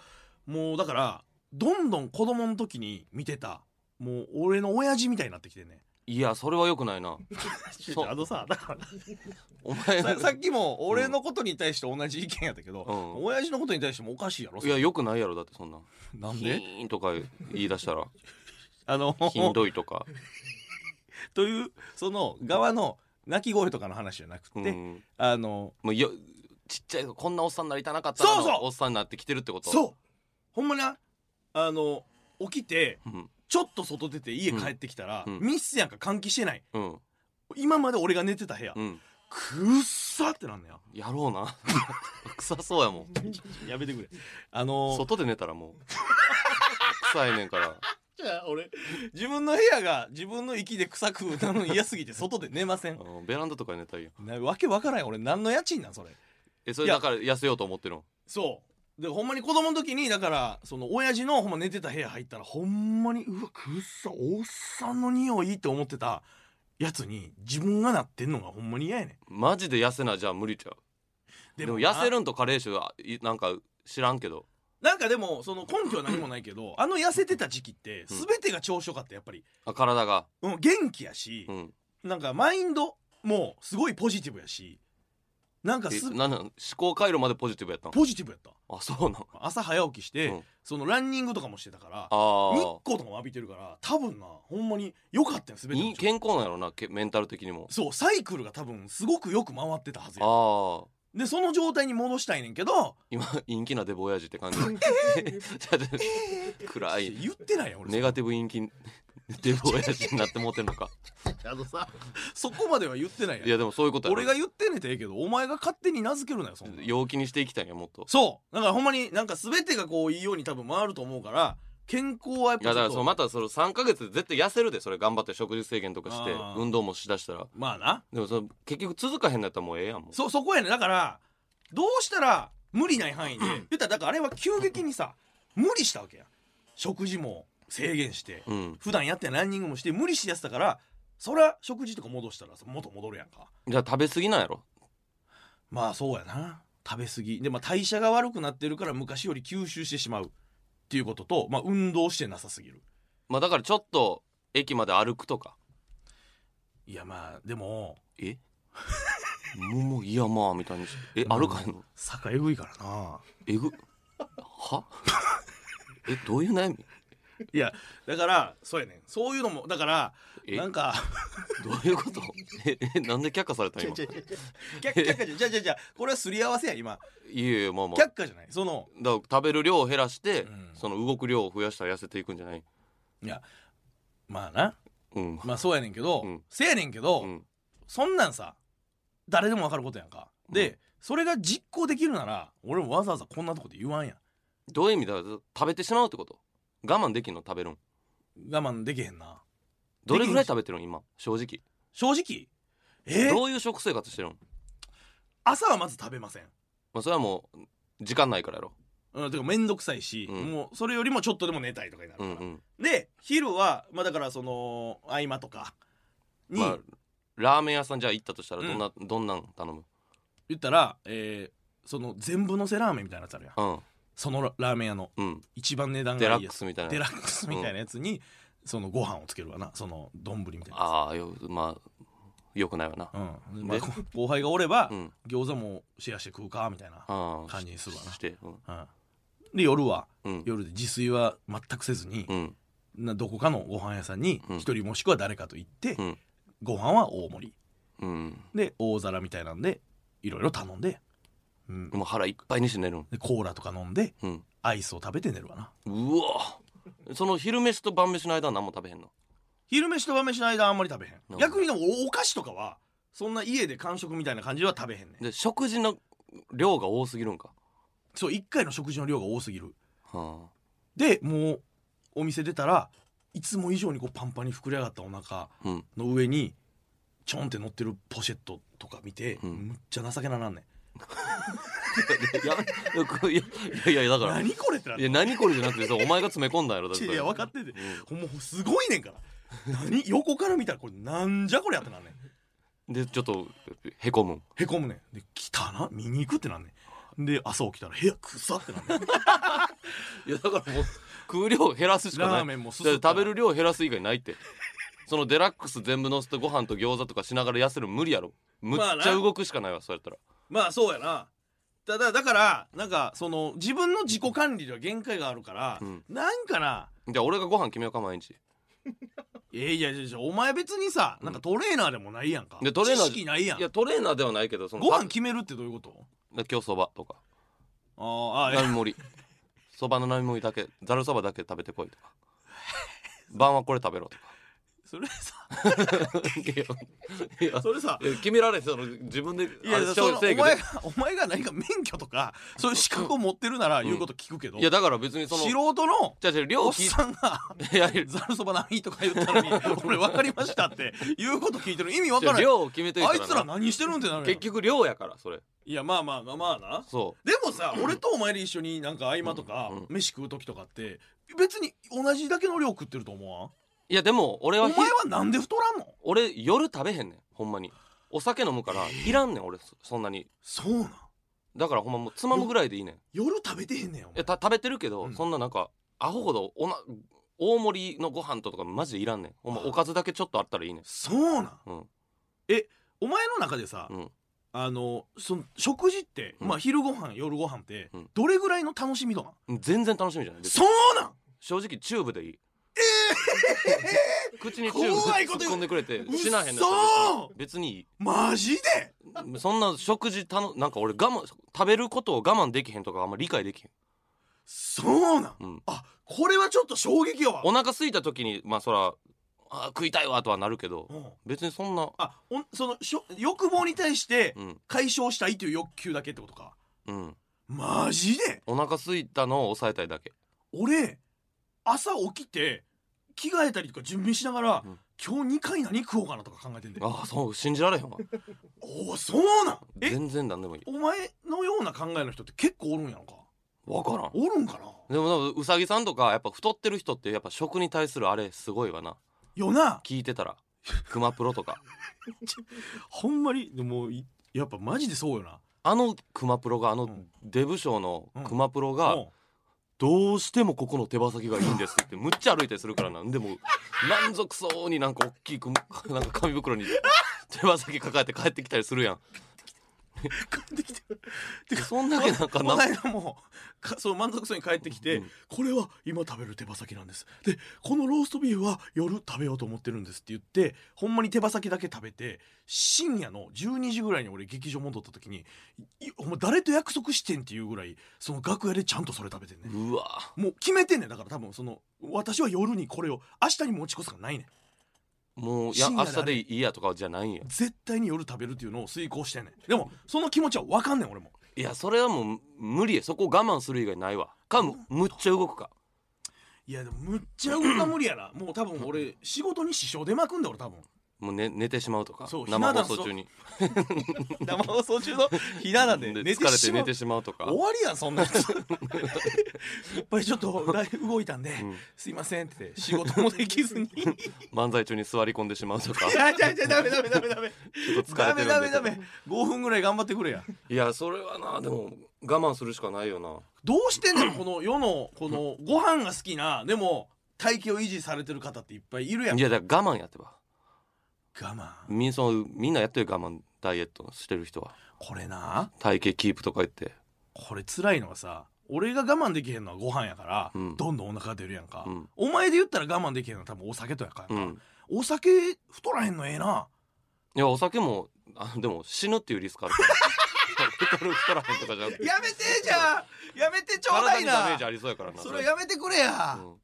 [SPEAKER 1] もうだからどんどん子供の時に見てたもう俺の親父みたいになってきてんねん
[SPEAKER 2] いやそれはよくないなそう
[SPEAKER 1] あのさだから
[SPEAKER 2] お前
[SPEAKER 1] ささっきも俺のことに対して同じ意見やったけど、
[SPEAKER 2] うん
[SPEAKER 1] 親父のことに対してもおかしいやろ
[SPEAKER 2] いやよくないやろだってそんな
[SPEAKER 1] なん
[SPEAKER 2] ヒ
[SPEAKER 1] で
[SPEAKER 2] ーンとか言い出した ら
[SPEAKER 1] あの
[SPEAKER 2] ひんどいとか
[SPEAKER 1] というその側の泣き声とかの話じゃなくて、
[SPEAKER 2] うん
[SPEAKER 1] あの
[SPEAKER 2] もうよちっちゃいこんなおっさんになりたなかったな
[SPEAKER 1] そうそう
[SPEAKER 2] のおっさんになってきてるってこと
[SPEAKER 1] そうほんまなあの起きて
[SPEAKER 2] うん
[SPEAKER 1] ちょっと外出て家帰ってきたら、
[SPEAKER 2] うん
[SPEAKER 1] ミスやんか換気してない
[SPEAKER 2] うん
[SPEAKER 1] 今まで俺が寝てた部屋、
[SPEAKER 2] うん
[SPEAKER 1] くっさってなんの や
[SPEAKER 2] やろうな臭そうやもん
[SPEAKER 1] やめてくれあの
[SPEAKER 2] 外で寝た らもう臭いねんから
[SPEAKER 1] じゃあ俺自分の部屋が自分の息で臭くなるの嫌すぎて外で寝ません
[SPEAKER 2] うんベランダとかに寝たいよ
[SPEAKER 1] なわけわからん俺何の家賃なんそれ
[SPEAKER 2] えそ
[SPEAKER 1] い
[SPEAKER 2] れ
[SPEAKER 1] や
[SPEAKER 2] だから痩せようと思ってるの
[SPEAKER 1] そうでほんまに子供の時にだからその親父のほんま寝てた部屋入ったらほんまにうわくっさおっさんの匂いって思ってたやつに自分がなってんのがほんまに嫌やね
[SPEAKER 2] マジで痩せなじゃあ無理ちゃうんでも
[SPEAKER 1] な
[SPEAKER 2] 痩せるんと加齢臭はいなんか知らんけど
[SPEAKER 1] なんかでもその根拠は何もないけどあの痩せてた時期って
[SPEAKER 2] うん
[SPEAKER 1] 全てが調子よかったやっぱり、
[SPEAKER 2] あ体が
[SPEAKER 1] うん、元気やし
[SPEAKER 2] う、ん
[SPEAKER 1] なんかマインドもすごいポジティブやしなんか
[SPEAKER 2] え
[SPEAKER 1] す
[SPEAKER 2] なんなん思考回路までポジティブやったの
[SPEAKER 1] ポジティブやった
[SPEAKER 2] あそうなん
[SPEAKER 1] 朝早起きして、
[SPEAKER 2] うん
[SPEAKER 1] そのランニングとかもしてたから日
[SPEAKER 2] あ
[SPEAKER 1] 光とかも浴びてるから多分なほんまに良かったよ
[SPEAKER 2] あ
[SPEAKER 1] 全ての
[SPEAKER 2] い
[SPEAKER 1] 調子
[SPEAKER 2] 健康なんやろなけメンタル的にも
[SPEAKER 1] そうサイクルが多分すごくよく回ってたはずや
[SPEAKER 2] ああ
[SPEAKER 1] でその状態に戻したいねんけ ど
[SPEAKER 2] 今陰気なデブ親父って感 じちょっと暗い
[SPEAKER 1] 言ってないやん俺
[SPEAKER 2] ネガティブ陰気デブ親父になってもうてんのか
[SPEAKER 1] あのさそこまでは言って ないやん
[SPEAKER 2] いやでもそういうことやろ
[SPEAKER 1] 俺が言ってんねんてええけどお前が勝手に名付けるなよそんなん
[SPEAKER 2] 陽気にしていきたいんやもっと
[SPEAKER 1] そうだからほんまになんか全てがこういいように多分回ると思うから健康はやっ
[SPEAKER 2] い
[SPEAKER 1] ぱ
[SPEAKER 2] やだから
[SPEAKER 1] ち
[SPEAKER 2] そ
[SPEAKER 1] ょ
[SPEAKER 2] の
[SPEAKER 1] っと
[SPEAKER 2] またその3ヶ月で絶対痩せるでそれ頑張って食事制限とかして
[SPEAKER 1] あー
[SPEAKER 2] 運動もしだしたら
[SPEAKER 1] まあな
[SPEAKER 2] でもその結局続かへんのやったらもうええやんもう
[SPEAKER 1] そそこやねんだからどうしたら無理ない範囲で言ったらだからあれは急激にさ無理したわけやん食事も制限して
[SPEAKER 2] うん
[SPEAKER 1] 普段やってないランニングもして無理してやってたからそりゃ食事とか戻したらさ元戻るやんか
[SPEAKER 2] じゃあ食べ過ぎなんやろ
[SPEAKER 1] まあそうやな食べ過ぎで、まあ、代謝が悪くなってるから昔より吸収してしまうっていうことと、まあ、運動してなさすぎる
[SPEAKER 2] まあだからちょっと駅まで歩くとか
[SPEAKER 1] いやまあでも
[SPEAKER 2] え もうもういやまあみたいにしてえ歩かへんの
[SPEAKER 1] 坂えぐいからな
[SPEAKER 2] えぐは えどういう悩み
[SPEAKER 1] いやだからそうやねんそういうのもだから
[SPEAKER 2] え
[SPEAKER 1] なんか
[SPEAKER 2] どういうこと ええなんで却下されたん
[SPEAKER 3] 違う
[SPEAKER 2] 今
[SPEAKER 3] 違う違う
[SPEAKER 1] 却下じゃじゃじゃじゃこれはすり合わせや今
[SPEAKER 2] いやいやまあまあ
[SPEAKER 1] 却下じゃないその
[SPEAKER 2] だから食べる量を減らして、
[SPEAKER 1] うん
[SPEAKER 2] その動く量を増やしたら痩せていくんじゃない
[SPEAKER 1] まあな
[SPEAKER 2] うん、
[SPEAKER 1] まあそうやねんけど、
[SPEAKER 2] うん
[SPEAKER 1] せやねんけど、
[SPEAKER 2] うん、
[SPEAKER 1] そんなんさ誰でもわかることやんか、
[SPEAKER 2] う
[SPEAKER 1] でそれが実行できるなら俺もわざわざこんなとこで言わんやん
[SPEAKER 2] どういう意味だ食べてしまうってこと我慢できんの食べるん
[SPEAKER 1] 我慢できへんな
[SPEAKER 2] どれぐらい食べてるん今正直
[SPEAKER 1] 正直えー
[SPEAKER 2] どういう食生活してるん、
[SPEAKER 1] 朝はまず食べません
[SPEAKER 2] まあ、それはもう時間ないからやろ
[SPEAKER 1] うん、てか面倒くさいし、
[SPEAKER 2] うん
[SPEAKER 1] もうそれよりもちょっとでも寝たいとかになる
[SPEAKER 2] う
[SPEAKER 1] から、
[SPEAKER 2] んうん
[SPEAKER 1] で昼はまあだからその合間とかに、
[SPEAKER 2] まあラーメン屋さんじゃあ行ったとしたら
[SPEAKER 1] うん
[SPEAKER 2] どんな、どんなん頼む
[SPEAKER 1] 言ったら、えーその全部のせラーメンみたいなやつあるやん
[SPEAKER 2] うん
[SPEAKER 1] そのララーメン屋の
[SPEAKER 2] うん
[SPEAKER 1] 一番値段
[SPEAKER 2] デ
[SPEAKER 1] が
[SPEAKER 2] ラ
[SPEAKER 1] いい
[SPEAKER 2] ッ
[SPEAKER 1] や
[SPEAKER 2] ク
[SPEAKER 1] つ
[SPEAKER 2] スみたい
[SPEAKER 1] デ
[SPEAKER 2] な
[SPEAKER 1] ラックスみたいなやつにそのご飯をつけるわなその丼みたいなや
[SPEAKER 2] ああよまあよくないわな
[SPEAKER 1] つうんまあ
[SPEAKER 2] で
[SPEAKER 1] こ後輩がおれば、
[SPEAKER 2] うん
[SPEAKER 1] 餃子もシェアして食うかみたいな
[SPEAKER 2] ああ
[SPEAKER 1] 感じにするわ
[SPEAKER 2] してうん
[SPEAKER 1] な、うん、で夜は
[SPEAKER 2] うん
[SPEAKER 1] 夜で自炊は全くせずに
[SPEAKER 2] う、ん
[SPEAKER 1] などこかのご飯屋さんに
[SPEAKER 2] うん
[SPEAKER 1] 一人もしくは誰かと行って、
[SPEAKER 2] うん
[SPEAKER 1] ご飯は大盛り
[SPEAKER 2] うん
[SPEAKER 1] で大皿みたいなんでいろいろ頼んで,、うん、
[SPEAKER 2] もう腹いっぱいにして寝るん
[SPEAKER 1] でコーラとか飲んで
[SPEAKER 2] うん
[SPEAKER 1] アイスを食べて寝るわな
[SPEAKER 2] うわその昼飯と晩飯の間は何も食べへんの
[SPEAKER 1] 昼飯と晩飯の間あんまり食べへ
[SPEAKER 2] うん
[SPEAKER 1] ん逆にでもおお菓子とかはそんな家で間食みたいな感じは食べへんねん
[SPEAKER 2] で食事の量が多すぎるんか、
[SPEAKER 1] そう1回の食事の量が多すぎる
[SPEAKER 2] は
[SPEAKER 1] でもうお店出たらいつも以上にこうパンパンに膨れ上がったお腹
[SPEAKER 2] あ、うん
[SPEAKER 1] の上にちょんって乗ってるポシェットとか見て、
[SPEAKER 2] うん
[SPEAKER 1] むっちゃ情けななんねん
[SPEAKER 2] いやよくいやいやいやだから
[SPEAKER 1] 何これってなっ
[SPEAKER 2] い
[SPEAKER 1] て
[SPEAKER 2] や何これじゃなくてさお前が詰め込んだんやろだって
[SPEAKER 1] いや分かってて
[SPEAKER 2] う
[SPEAKER 1] ほんますごいねんから何横から見たらこれなんじゃこりゃってなんねん
[SPEAKER 2] んでちょっとへこむん
[SPEAKER 1] へこむねんで来たな見に行くってなんねんで朝起きたら部屋臭ってなんねん
[SPEAKER 2] いやだからもう食う量を減らすしかない
[SPEAKER 1] ラーメンもすす
[SPEAKER 2] だから食べる量を減らす以外ないってそのデラックス全部のせてご飯と餃子とかしながら痩せるの無理やろむっ
[SPEAKER 1] まあ
[SPEAKER 2] ちゃ
[SPEAKER 1] な
[SPEAKER 2] 動くしかないわそうやったら
[SPEAKER 1] まあそうやなただだからなんかその自分の自己管理では限界があるから、
[SPEAKER 2] うん
[SPEAKER 1] なんかな
[SPEAKER 2] じゃあ俺がご飯決めようか毎日
[SPEAKER 1] えいやいやいやお前別にさなんかトレーナーでもないやんか、
[SPEAKER 2] でトレーナー
[SPEAKER 1] 知識ないやん
[SPEAKER 2] いやトレーナーではないけどその
[SPEAKER 1] ご飯決めるってどういうこと
[SPEAKER 2] パ今日そばとか
[SPEAKER 1] あーあー
[SPEAKER 2] 並盛りそばの並盛りだけざるそばだけ食べてこいとか晩はこれ食べろとか
[SPEAKER 1] それさ
[SPEAKER 2] いやいや
[SPEAKER 1] それさ
[SPEAKER 2] いや決められへんその自分で
[SPEAKER 1] いや
[SPEAKER 2] あれ
[SPEAKER 1] そのお前
[SPEAKER 2] 制
[SPEAKER 1] が
[SPEAKER 2] 御で
[SPEAKER 1] お前が何か免許とかそういう資格を持ってるなら
[SPEAKER 2] うん
[SPEAKER 1] 言うこと聞くけど、
[SPEAKER 2] いやだから別にその
[SPEAKER 1] 素人の
[SPEAKER 2] じゃあじゃあ量
[SPEAKER 1] おっ
[SPEAKER 2] 聞い
[SPEAKER 1] さんが
[SPEAKER 2] ていやい
[SPEAKER 1] 「
[SPEAKER 2] や
[SPEAKER 1] ざるそば何?」とか言ったの に「俺分かりました」って言うこと聞いてる意味分からない
[SPEAKER 2] 量を決めといた
[SPEAKER 1] あ
[SPEAKER 2] ら
[SPEAKER 1] い
[SPEAKER 2] な
[SPEAKER 1] つら何してるんってなるやん
[SPEAKER 2] 結局量やからそれ
[SPEAKER 1] いやまあまあまあまあな
[SPEAKER 2] そ
[SPEAKER 1] でもさ俺とお前で一緒になんか合間とか
[SPEAKER 2] うんうん
[SPEAKER 1] 飯食う時とかって別に同じだけの量食ってると思わん
[SPEAKER 2] ういやでも俺は
[SPEAKER 1] お
[SPEAKER 2] ひ
[SPEAKER 1] 前はなんで太らんの
[SPEAKER 2] 俺夜食べへんねんほんまにお酒飲むからいらんねん俺そそんなに
[SPEAKER 1] そうなん
[SPEAKER 2] だからほんまもうつまむぐらいでいいねんい
[SPEAKER 1] 夜食べてへんねんお前
[SPEAKER 2] やた食べてるけど、
[SPEAKER 1] うん
[SPEAKER 2] そんななんかアホほどおな大盛りのご飯とかマジでいらんねんほんま
[SPEAKER 1] あー
[SPEAKER 2] おかずだけちょっとあったらいいねん
[SPEAKER 1] そうなん、
[SPEAKER 2] うん
[SPEAKER 1] えお前の中でさ、
[SPEAKER 2] うん
[SPEAKER 1] あのその食事って、
[SPEAKER 2] うん
[SPEAKER 1] まあ、昼ご飯夜ご飯って、
[SPEAKER 2] うん
[SPEAKER 1] どれぐらいの楽しみ度なん
[SPEAKER 2] 全然楽しみじゃない別に
[SPEAKER 1] そうなん
[SPEAKER 2] 正直チューブでいいえ口にチューブ
[SPEAKER 1] 怖いこと言
[SPEAKER 2] 突っ
[SPEAKER 1] う
[SPEAKER 2] 込んでくれて死なへんねん
[SPEAKER 1] 嘘
[SPEAKER 2] 別にいい
[SPEAKER 1] マジで
[SPEAKER 2] そんな食事たのなんか俺我慢食べることを我慢できへんとかあんま理解できへん
[SPEAKER 1] そうなん、
[SPEAKER 2] うん
[SPEAKER 1] あこれはちょっと衝撃やわ
[SPEAKER 2] お腹空いた時にまあそらあー食いたいわとはなるけど
[SPEAKER 1] うん
[SPEAKER 2] 別にそんな
[SPEAKER 1] あおんそのしょ欲望に対して
[SPEAKER 2] うん
[SPEAKER 1] 解消したいという欲求だけってことか
[SPEAKER 2] うん
[SPEAKER 1] マジで
[SPEAKER 2] お腹空いたのを抑えたいだけ
[SPEAKER 1] 俺朝起きて着替えたりとか準備しながら、
[SPEAKER 2] うん
[SPEAKER 1] 今日2回何食おうかなとか考えてんで
[SPEAKER 2] ああそう信じられへんわ
[SPEAKER 1] おおそうなんえ
[SPEAKER 2] 全然なんでもいい
[SPEAKER 1] お前のような考えの人って結構おるんやろか
[SPEAKER 2] わからん
[SPEAKER 1] おるんかな
[SPEAKER 2] でもなんかうさぎさんとかやっぱ太ってる人ってやっぱ食に対するあれすごいわな
[SPEAKER 1] よな
[SPEAKER 2] 聞いてたらクマプ ロとか
[SPEAKER 1] ほんまにでもいやっぱマジでそうよな
[SPEAKER 2] あのクマプロがあ
[SPEAKER 1] う
[SPEAKER 2] の
[SPEAKER 1] ん
[SPEAKER 2] デブ賞のクマプロが、
[SPEAKER 1] うん
[SPEAKER 2] どうしてもここの手羽先がいいんですってむっちゃ歩いたりするからなんでも満足そうになんか大きいく なんか紙袋に手羽先抱えて帰ってきたりするやん
[SPEAKER 1] 帰ってきてるてか
[SPEAKER 2] そんだけなんか
[SPEAKER 1] この
[SPEAKER 2] な
[SPEAKER 1] 間もかそう満足そうに帰ってき て、
[SPEAKER 2] うん
[SPEAKER 1] これは今食べる手羽先なんですでこのローストビーフは夜食べようと思ってるんですって言ってほんまに手羽先だけ食べて深夜の12時ぐらいに俺劇場戻った時にいお前誰と約束してんっていうぐらいその楽屋でちゃんとそれ食べてんね
[SPEAKER 2] うわ
[SPEAKER 1] もう決めてんねんだから多分その私は夜にこれを明日に持ち越すからないねん
[SPEAKER 2] もういや
[SPEAKER 1] 深
[SPEAKER 2] 明
[SPEAKER 1] 夜だね
[SPEAKER 2] 日でいいやとかじゃないんや
[SPEAKER 1] 絶対に夜食べるっていうのを遂行してんねんでもその気持ちは分かんねん俺も
[SPEAKER 2] いやそれはもう無理やそこ我慢する以外ないわかむむっちゃ動くか
[SPEAKER 1] いやでもむっちゃ動か無理やなもう多分俺仕事に支障出まくんだ俺多分
[SPEAKER 2] もう、ね、寝てしまうとか
[SPEAKER 1] そう
[SPEAKER 2] 生放送中に
[SPEAKER 1] 生放送中のひな壇で
[SPEAKER 2] で
[SPEAKER 1] 寝て
[SPEAKER 2] 疲れて
[SPEAKER 1] しま
[SPEAKER 2] 寝
[SPEAKER 1] う
[SPEAKER 2] てしまうとか
[SPEAKER 1] 終わりやんそんなやついっぱいちょっとだいぶ動いたんで、
[SPEAKER 2] ん
[SPEAKER 1] すいませんって仕事もできずに
[SPEAKER 2] 漫才中に座り込んでしまうとか
[SPEAKER 1] いやいやいやダメダメダメダメ
[SPEAKER 2] ちょっと疲れ
[SPEAKER 1] ダ
[SPEAKER 2] てる
[SPEAKER 1] メ
[SPEAKER 2] んで
[SPEAKER 1] ダメダメ5分ぐらい頑張ってくれや
[SPEAKER 2] いやそれはなでも我慢するしかないよな
[SPEAKER 1] どうしてんのこの世のこのご飯が好きなでも体型を維持されてる方っていっぱいいるやん
[SPEAKER 2] いやだから我慢やってば
[SPEAKER 1] 我慢
[SPEAKER 2] みんそうみんなやってる我慢ダイエットしてる人は
[SPEAKER 1] これな
[SPEAKER 2] 体型キープとか言って
[SPEAKER 1] これ辛いのがさ俺が我慢できへんのはご飯やから、
[SPEAKER 2] うん
[SPEAKER 1] どんどんお腹が出るやんか、
[SPEAKER 2] うん
[SPEAKER 1] お前で言ったら我慢できへんのは多分お酒とやから
[SPEAKER 2] う
[SPEAKER 1] やんか、
[SPEAKER 2] ん
[SPEAKER 1] お酒太らへんのええない
[SPEAKER 2] やお酒もあでも死ぬっていうリスクある から太る太らへんとかじゃなく て
[SPEAKER 1] やめてじゃんやめてちょうだ
[SPEAKER 2] 体
[SPEAKER 1] い
[SPEAKER 2] にダメー
[SPEAKER 1] な
[SPEAKER 2] ジありそうやからな
[SPEAKER 1] それやめてくれや、
[SPEAKER 2] うん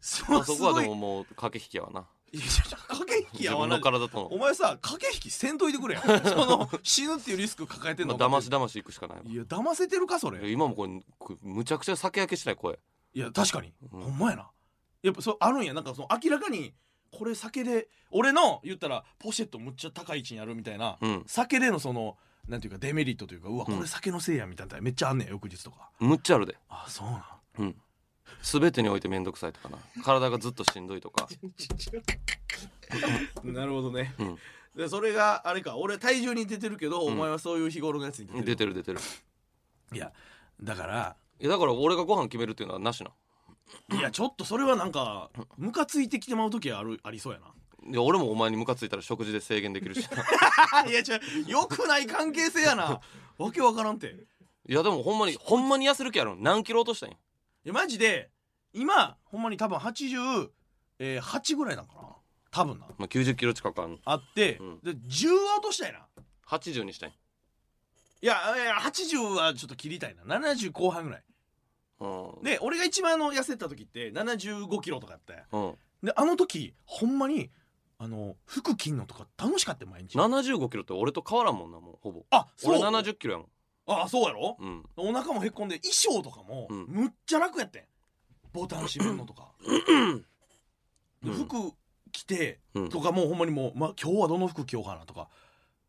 [SPEAKER 1] そ
[SPEAKER 2] まあ
[SPEAKER 1] うす
[SPEAKER 2] そこは
[SPEAKER 1] ごい
[SPEAKER 2] でももう駆け引きやわない
[SPEAKER 1] やいや駆け引き
[SPEAKER 2] 自
[SPEAKER 1] やわ
[SPEAKER 2] 分
[SPEAKER 1] な
[SPEAKER 2] の体と
[SPEAKER 1] お前さ駆け引きせんといて くれやその死ぬっていうリスク抱えてん
[SPEAKER 2] の
[SPEAKER 1] の
[SPEAKER 2] まあ騙し騙しいくしかないわ
[SPEAKER 1] いや騙せてるかそれ
[SPEAKER 2] いや今もこれこれむちゃくちゃ酒焼けしない声
[SPEAKER 1] いや確かに、
[SPEAKER 2] うん
[SPEAKER 1] ほんまやなやっぱそうあるんやなんかその明らかにこれ酒で俺の言ったらポシェットむっちゃ高い位置にあるみたいな、
[SPEAKER 2] うん
[SPEAKER 1] 酒でのそのなんていうかデメリットというかうわこ
[SPEAKER 2] うん
[SPEAKER 1] れ酒のせいやみたいなめっちゃあんねん翌日とか
[SPEAKER 2] むっちゃあるで
[SPEAKER 1] あそうなん
[SPEAKER 2] うん全てにおいて面倒くさいとかな体がずっとしんどいとか
[SPEAKER 1] なるほどね、
[SPEAKER 2] うん
[SPEAKER 1] でそれがあれか俺体重に出てるけど、お前はそういう日頃のやつに出てる
[SPEAKER 2] 出てる出てる
[SPEAKER 1] いやだから
[SPEAKER 2] いやだから俺がご飯決めるっていうのはなしない
[SPEAKER 1] やちょっとそれはなんかムカついてきてまう時あるありそうやな
[SPEAKER 2] いや俺もお前にムカついたら食事で制限できるし
[SPEAKER 1] いや違うよくない関係性や なわけわからんて
[SPEAKER 2] いやでもほんまにほんまに痩せる気あるの何キロ落としたんや
[SPEAKER 1] いやマジで今ほんまに多分88ぐらいなんかな多分な
[SPEAKER 2] まあ、90キロ近くあんの
[SPEAKER 1] あって、
[SPEAKER 2] うん
[SPEAKER 1] で10は落としたいな
[SPEAKER 2] 80にしたんや
[SPEAKER 1] いやいや80はちょっと切りたいな70後半ぐらい
[SPEAKER 2] うん
[SPEAKER 1] で俺が一番あの痩せた時って75キロとかやったんや
[SPEAKER 2] うん、
[SPEAKER 1] であの時ほんまにあの服着んのとか楽しかったよ毎日
[SPEAKER 2] 75キロって俺と変わらんもんなもうほぼ
[SPEAKER 1] あそう
[SPEAKER 2] 俺70キロやもん
[SPEAKER 1] あそうやろ
[SPEAKER 2] うん
[SPEAKER 1] お腹もへっこんで衣装とかも
[SPEAKER 2] うん
[SPEAKER 1] むっちゃ楽やってんボタン閉めるのと かで
[SPEAKER 2] うん
[SPEAKER 1] 服着て
[SPEAKER 2] うん
[SPEAKER 1] とかもうほんまにもう、まあ、今日はどの服着ようかなとか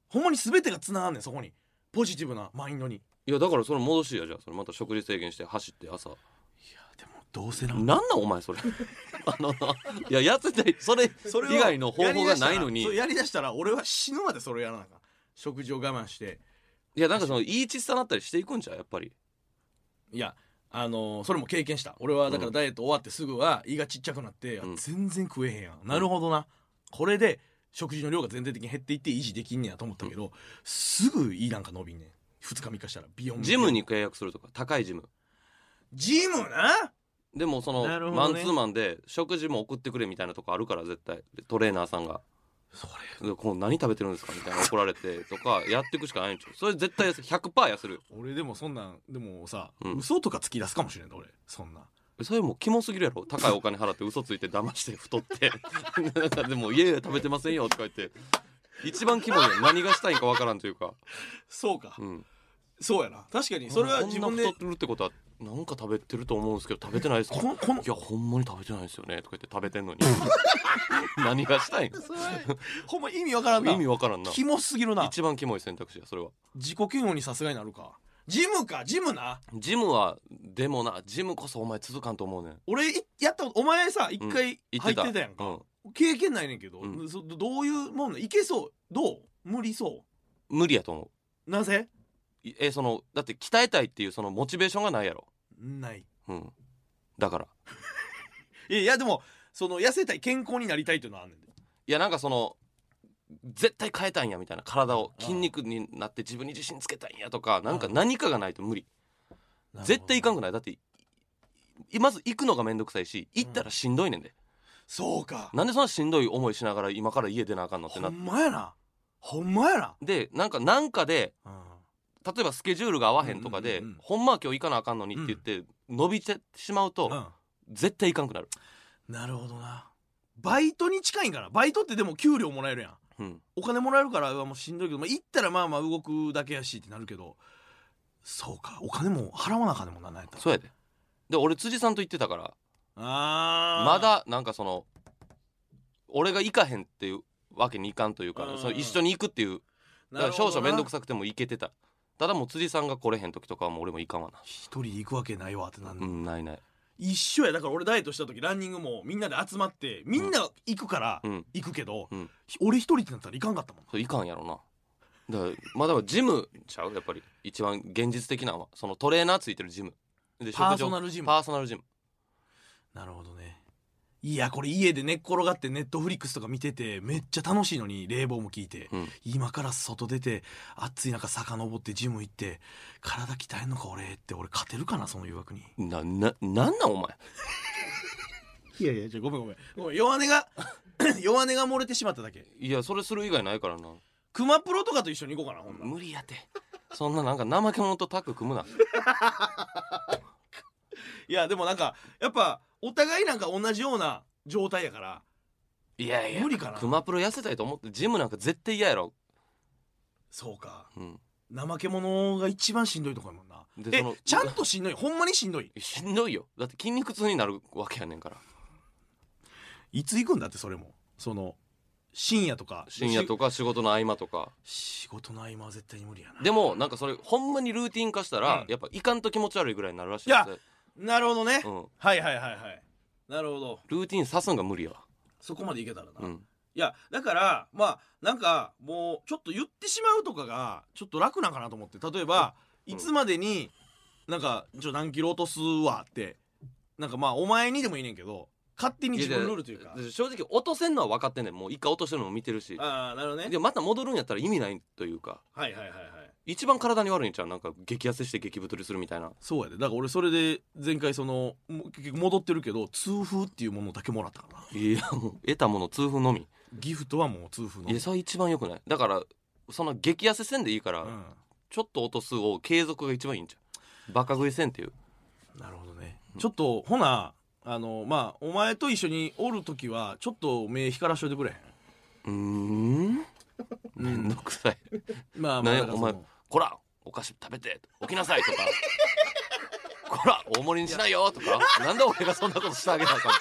[SPEAKER 1] ほんまに全てがつながんねんそこにポジティブなマインドにい
[SPEAKER 2] いやだからそれ戻しやじゃあそれまた食事制限して走って朝
[SPEAKER 1] やでもどうせな
[SPEAKER 2] なんなんお前それ あのいや痩せたいそれ
[SPEAKER 1] それを
[SPEAKER 2] 以外の方法がないのに
[SPEAKER 1] やりだしたらそうやりだしたら俺は死ぬまでそれやらなあかん食事を我慢して
[SPEAKER 2] いやなんかそのいい小さなったりしていくんじゃうやっぱり
[SPEAKER 1] いやあのーそれも経験した俺はだか
[SPEAKER 2] う
[SPEAKER 1] ら
[SPEAKER 2] ん
[SPEAKER 1] ダイエット終わってすぐは胃がちっちゃくなって、あ
[SPEAKER 2] うん
[SPEAKER 1] 全然食えへんやんなるほどなこれで食事の量が全体的に減っていって維持できんねやと思ったけど、すぐ胃なんか伸びんねん2日3日したらビヨン
[SPEAKER 2] ジムに契約するとか高いジム
[SPEAKER 1] ジムな
[SPEAKER 2] でもその、
[SPEAKER 1] なるほ
[SPEAKER 2] マ
[SPEAKER 1] ど
[SPEAKER 2] ン
[SPEAKER 1] ね
[SPEAKER 2] ツーマンで食事も送ってくれみたいなとこあるから絶対トレーナーさんが
[SPEAKER 1] それ
[SPEAKER 2] 「でこう何食べてるんですか?」みたいな怒られてとかやっていくしかないんちゃうそれ絶対痩せ100%痩せる
[SPEAKER 1] 俺でもそんなんでもさ、
[SPEAKER 2] うん
[SPEAKER 1] 嘘とかつき出すかもしれんだ俺そんな
[SPEAKER 2] よそれもうキモすぎるやろ高いお金払って嘘ついて騙して太って なんかでも「いやいや食べてませんよ」とか言って一番キモいよ何がしたいんかわからんというか、
[SPEAKER 1] そうか、
[SPEAKER 2] うん、
[SPEAKER 1] そうやな確かにそれは
[SPEAKER 2] こんな
[SPEAKER 1] 自分で
[SPEAKER 2] 太ってるってことはなんか食べてると思うんですけど食べてないですか
[SPEAKER 1] このこの
[SPEAKER 2] いやほんまに食べてないですよねとか言って食べてんのに 何がしたいん
[SPEAKER 1] それほんま意味わからんな
[SPEAKER 2] 意味わからんな
[SPEAKER 1] キモすぎるな
[SPEAKER 2] 一番キモい選択肢やそれは
[SPEAKER 1] 自己嫌悪にさすがになるかジムかジムな
[SPEAKER 2] ジムはでもなジムこそお前続かんと思うねん
[SPEAKER 1] 俺いやったことお前さ一回
[SPEAKER 2] 行
[SPEAKER 1] 入ってたやんか、
[SPEAKER 2] うん
[SPEAKER 1] 経験ないねんけど、
[SPEAKER 2] うん
[SPEAKER 1] そどういうもんなんいけそうどう無理そ
[SPEAKER 2] 無理やと思
[SPEAKER 1] うなぜ
[SPEAKER 2] ういえそのだって鍛えたいっていうそのモチベーションがないやろ
[SPEAKER 1] ない
[SPEAKER 2] うんだから
[SPEAKER 1] いやいやでもその痩せたい健康になりたいっていうのはあんねんで
[SPEAKER 2] いやなんかその絶対変えたいんやみたいな体を筋肉になって自分に自信つけたいんやとかなんか何かがないと無理絶対行かん
[SPEAKER 1] く
[SPEAKER 2] くないだっていいまず行くのがめんどくさいし行ったらしんどいねんで、
[SPEAKER 1] そうか
[SPEAKER 2] なんでそんなしんどい思いしながら今から家出なあかんのって
[SPEAKER 1] ほ
[SPEAKER 2] なって
[SPEAKER 1] んまやなほんまやな
[SPEAKER 2] でなんかなんかで
[SPEAKER 1] うん
[SPEAKER 2] 例えばスケジュールが合わへんとかで、
[SPEAKER 1] うんうんうん
[SPEAKER 2] ほんまは今日行かなあかんのにって言って伸びてしまうと、
[SPEAKER 1] うん
[SPEAKER 2] 絶対行かんくなる、
[SPEAKER 1] なるほどなバイトに近いんかなバイトってでも給料もらえるやん
[SPEAKER 2] うん、
[SPEAKER 1] お金もらえるからはもうしんどいけど、まあ、行ったらまあまあ動くだけやしってなるけどそうかお金も払わなあかんでもんななんやったら
[SPEAKER 2] そうやでで俺辻さんと言ってたから
[SPEAKER 1] あー
[SPEAKER 2] まだなんかその俺が行かへんっていうわけにいかんというか
[SPEAKER 1] うん
[SPEAKER 2] その一緒に行くっていう
[SPEAKER 1] な
[SPEAKER 2] だか
[SPEAKER 1] る
[SPEAKER 2] ら
[SPEAKER 1] ほどな
[SPEAKER 2] 少々面倒くさくても行けてたただもう辻さんが来れへん時とかはもう俺も行かんわな
[SPEAKER 1] 一人で行くわけないわってなん
[SPEAKER 2] う
[SPEAKER 1] の、
[SPEAKER 2] んないない
[SPEAKER 1] 一緒やだから俺ダイエットした時ランニングもみんなで集まってみんな行くから
[SPEAKER 2] うん
[SPEAKER 1] 行くけど、
[SPEAKER 2] うん
[SPEAKER 1] ひ俺一人ってなったら行かんかったもん
[SPEAKER 2] それいかんやろなだからまあだからジムちゃうやっぱり一番現実的なのはそのトレーナーついてるジムで
[SPEAKER 1] パー
[SPEAKER 2] 食事
[SPEAKER 1] ソ
[SPEAKER 2] を
[SPEAKER 1] ナルジム
[SPEAKER 2] パーソナルジム
[SPEAKER 1] なるほどねいやこれ家で寝っ転がってネットフリックスとか見ててめっちゃ楽しいのに冷房も効いて、
[SPEAKER 2] うん
[SPEAKER 1] 今から外出て暑い中遡ってジム行って体鍛えんのか俺って俺勝てるかなその誘惑に
[SPEAKER 2] なななんなんお前
[SPEAKER 1] いやいやじゃごめんごめんごめん弱音 が弱音が漏れてしまっただけ
[SPEAKER 2] いやそれする以外ないからな
[SPEAKER 1] クマプロとかと一緒に行こうかなほんなら
[SPEAKER 2] 無理やてそんななんか怠け者とタッグ組むない
[SPEAKER 1] やでもなんかやっぱお互いなんか同じような状態やから
[SPEAKER 2] いやいや
[SPEAKER 1] 無理かな
[SPEAKER 2] クマプロ痩せたいと思ってジムなんか絶対嫌やろ、
[SPEAKER 1] そうか
[SPEAKER 2] うん、
[SPEAKER 1] 怠け者が一番しんどいとこやもんな
[SPEAKER 2] で
[SPEAKER 1] え
[SPEAKER 2] その
[SPEAKER 1] ちゃんとしんどいほんまにしんどい
[SPEAKER 2] しんどいよだって筋肉痛になるわけやねんから
[SPEAKER 1] いつ行くんだってそれもその深夜とか
[SPEAKER 2] 深夜とか仕事の合間とか
[SPEAKER 1] し仕事の合間は絶対に無理やな
[SPEAKER 2] でもなんかそれほんまにルーティン化したら、
[SPEAKER 1] うん
[SPEAKER 2] やっぱいかんと気持ち悪いぐらいになるらしい
[SPEAKER 1] いや
[SPEAKER 2] です
[SPEAKER 1] なるほどね、
[SPEAKER 2] うん、
[SPEAKER 1] はいはいはいはいなるほど
[SPEAKER 2] ルーティンさすんが無理やわ
[SPEAKER 1] そこまでいけたらな、
[SPEAKER 2] う
[SPEAKER 1] い
[SPEAKER 2] ん
[SPEAKER 1] やだからまあなんかもうちょっと言ってしまうとかがちょっと楽なんかなと思って例えば、
[SPEAKER 2] うん
[SPEAKER 1] いつまでになんかちょ何キロ落とすわってなんかまあお前にでもいいねんけど勝手に自分のルールというか
[SPEAKER 2] で正直落とせんのは分かってんねんもう一回落としてるのも見てるし
[SPEAKER 1] ああなるほどね
[SPEAKER 2] でまた戻るんやったら意味ないというか
[SPEAKER 1] はいはいはいはい
[SPEAKER 2] 一番体に悪いんちゃうなんか激痩せして激太りするみたいな
[SPEAKER 1] そうやでだから俺それで前回そのも結局戻ってるけど痛風っていうものだけもらったからない
[SPEAKER 2] やもう得たもの痛風のみ
[SPEAKER 1] ギフトはもう痛風の
[SPEAKER 2] いやそれ一番良くないだからその激痩せせんでいいから、
[SPEAKER 1] う、
[SPEAKER 2] ちょっと落とすを継続が一番いいんちゃうバカ食いせんっていうん
[SPEAKER 1] なるほどね、ちょっとほなあのまあお前と一緒におる時はちょっと目光らしといてくれへん
[SPEAKER 2] うーん
[SPEAKER 1] う
[SPEAKER 2] め
[SPEAKER 1] ん
[SPEAKER 2] んどくさい
[SPEAKER 1] まあまあ
[SPEAKER 2] ね
[SPEAKER 1] だからその
[SPEAKER 2] お前「こらお菓子食べて」起きなさい」とか「こら大盛りにしないよ」とか「なんで俺がそんなことしてあげなあかんの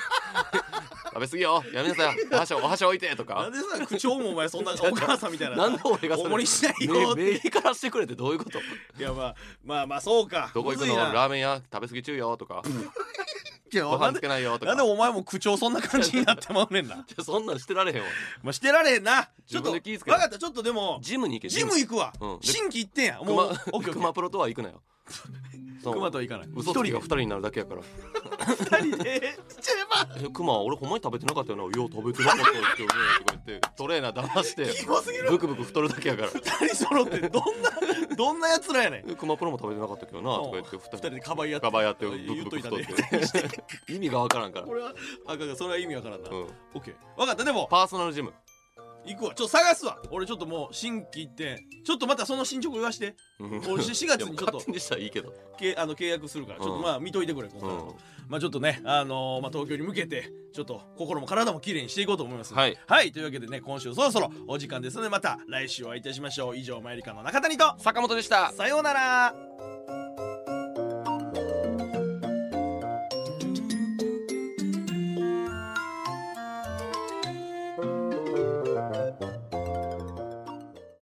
[SPEAKER 2] 食べ過ぎよやめなさいお箸お箸置いて」と
[SPEAKER 1] なん
[SPEAKER 2] か
[SPEAKER 1] でさ口調もお前そんなお母さんみたいな
[SPEAKER 2] なんで俺が
[SPEAKER 1] 大盛りしないよ
[SPEAKER 2] よ
[SPEAKER 1] って
[SPEAKER 2] 目からしてくれってどういうこと
[SPEAKER 1] いやまあまあまあそうか
[SPEAKER 2] どこ行く
[SPEAKER 1] むず
[SPEAKER 2] の
[SPEAKER 1] いな
[SPEAKER 2] ラーメン屋食べ過ぎ注意よとか
[SPEAKER 1] いや
[SPEAKER 2] ご
[SPEAKER 1] な
[SPEAKER 2] 飯
[SPEAKER 1] ん
[SPEAKER 2] つ
[SPEAKER 1] で
[SPEAKER 2] けないよと
[SPEAKER 1] な
[SPEAKER 2] か
[SPEAKER 1] んでお前も口調そんな感じになってまうねんな
[SPEAKER 2] いやそんなんしてられへんわ
[SPEAKER 1] まあしてられへんなちょ
[SPEAKER 2] 自
[SPEAKER 1] っと
[SPEAKER 2] 分
[SPEAKER 1] 分
[SPEAKER 2] で気ぃつけろ
[SPEAKER 1] かったちょっとでも
[SPEAKER 2] ジムに行け
[SPEAKER 1] ジム行くわ、
[SPEAKER 2] うんで
[SPEAKER 1] 新規行ってんや
[SPEAKER 2] ク
[SPEAKER 1] もうオ
[SPEAKER 2] マ
[SPEAKER 1] ッケーオッケー
[SPEAKER 2] クマプロとは行くなよ そ
[SPEAKER 1] 熊
[SPEAKER 2] う
[SPEAKER 1] とは行かない
[SPEAKER 2] 嘘つきが二人になるだけやから
[SPEAKER 1] 二人でちょやば
[SPEAKER 2] えクマ俺ほんまに食べてなかったよなよう食べてなかったですけどねとか言ってトレーナー騙して
[SPEAKER 1] キモすぎる
[SPEAKER 2] ブクブク太るだけやから
[SPEAKER 1] 二人揃ってどんなどんなやつらやねん
[SPEAKER 2] えクマプロも食べてなかったけどなとか言っ
[SPEAKER 1] 二
[SPEAKER 2] て二
[SPEAKER 1] 人で
[SPEAKER 2] 人で
[SPEAKER 1] カバンやって
[SPEAKER 2] ガバやってブ
[SPEAKER 1] 言っ
[SPEAKER 2] ク
[SPEAKER 1] と
[SPEAKER 2] ブク
[SPEAKER 1] いた
[SPEAKER 2] 太っ
[SPEAKER 1] で
[SPEAKER 2] て意味がわからんか ら
[SPEAKER 1] これはあかんかそれは意味わからんな、
[SPEAKER 2] う
[SPEAKER 1] オ
[SPEAKER 2] ん
[SPEAKER 1] ッケー分かったでも
[SPEAKER 2] パーソナルジム
[SPEAKER 1] 行くわちょっと探すわ俺ちょっともう新規行ってちょっとまたその進捗言わして
[SPEAKER 2] うん
[SPEAKER 1] 俺4月 にちょっと
[SPEAKER 2] でも勝手にしたらいいけど
[SPEAKER 1] けあの契約するからちょっ
[SPEAKER 2] う
[SPEAKER 1] と
[SPEAKER 2] ん
[SPEAKER 1] まあ見といてくれ今回のこと、まあちょっとねあのーまあ東京に向けてちょっと心も体もきれいにしていこうと思います
[SPEAKER 2] はい
[SPEAKER 1] はいというわけでね今週そろそろお時間ですのでまた来週お会いいたしましょう以上マイリカの中谷と
[SPEAKER 2] 坂本でした
[SPEAKER 1] さようなら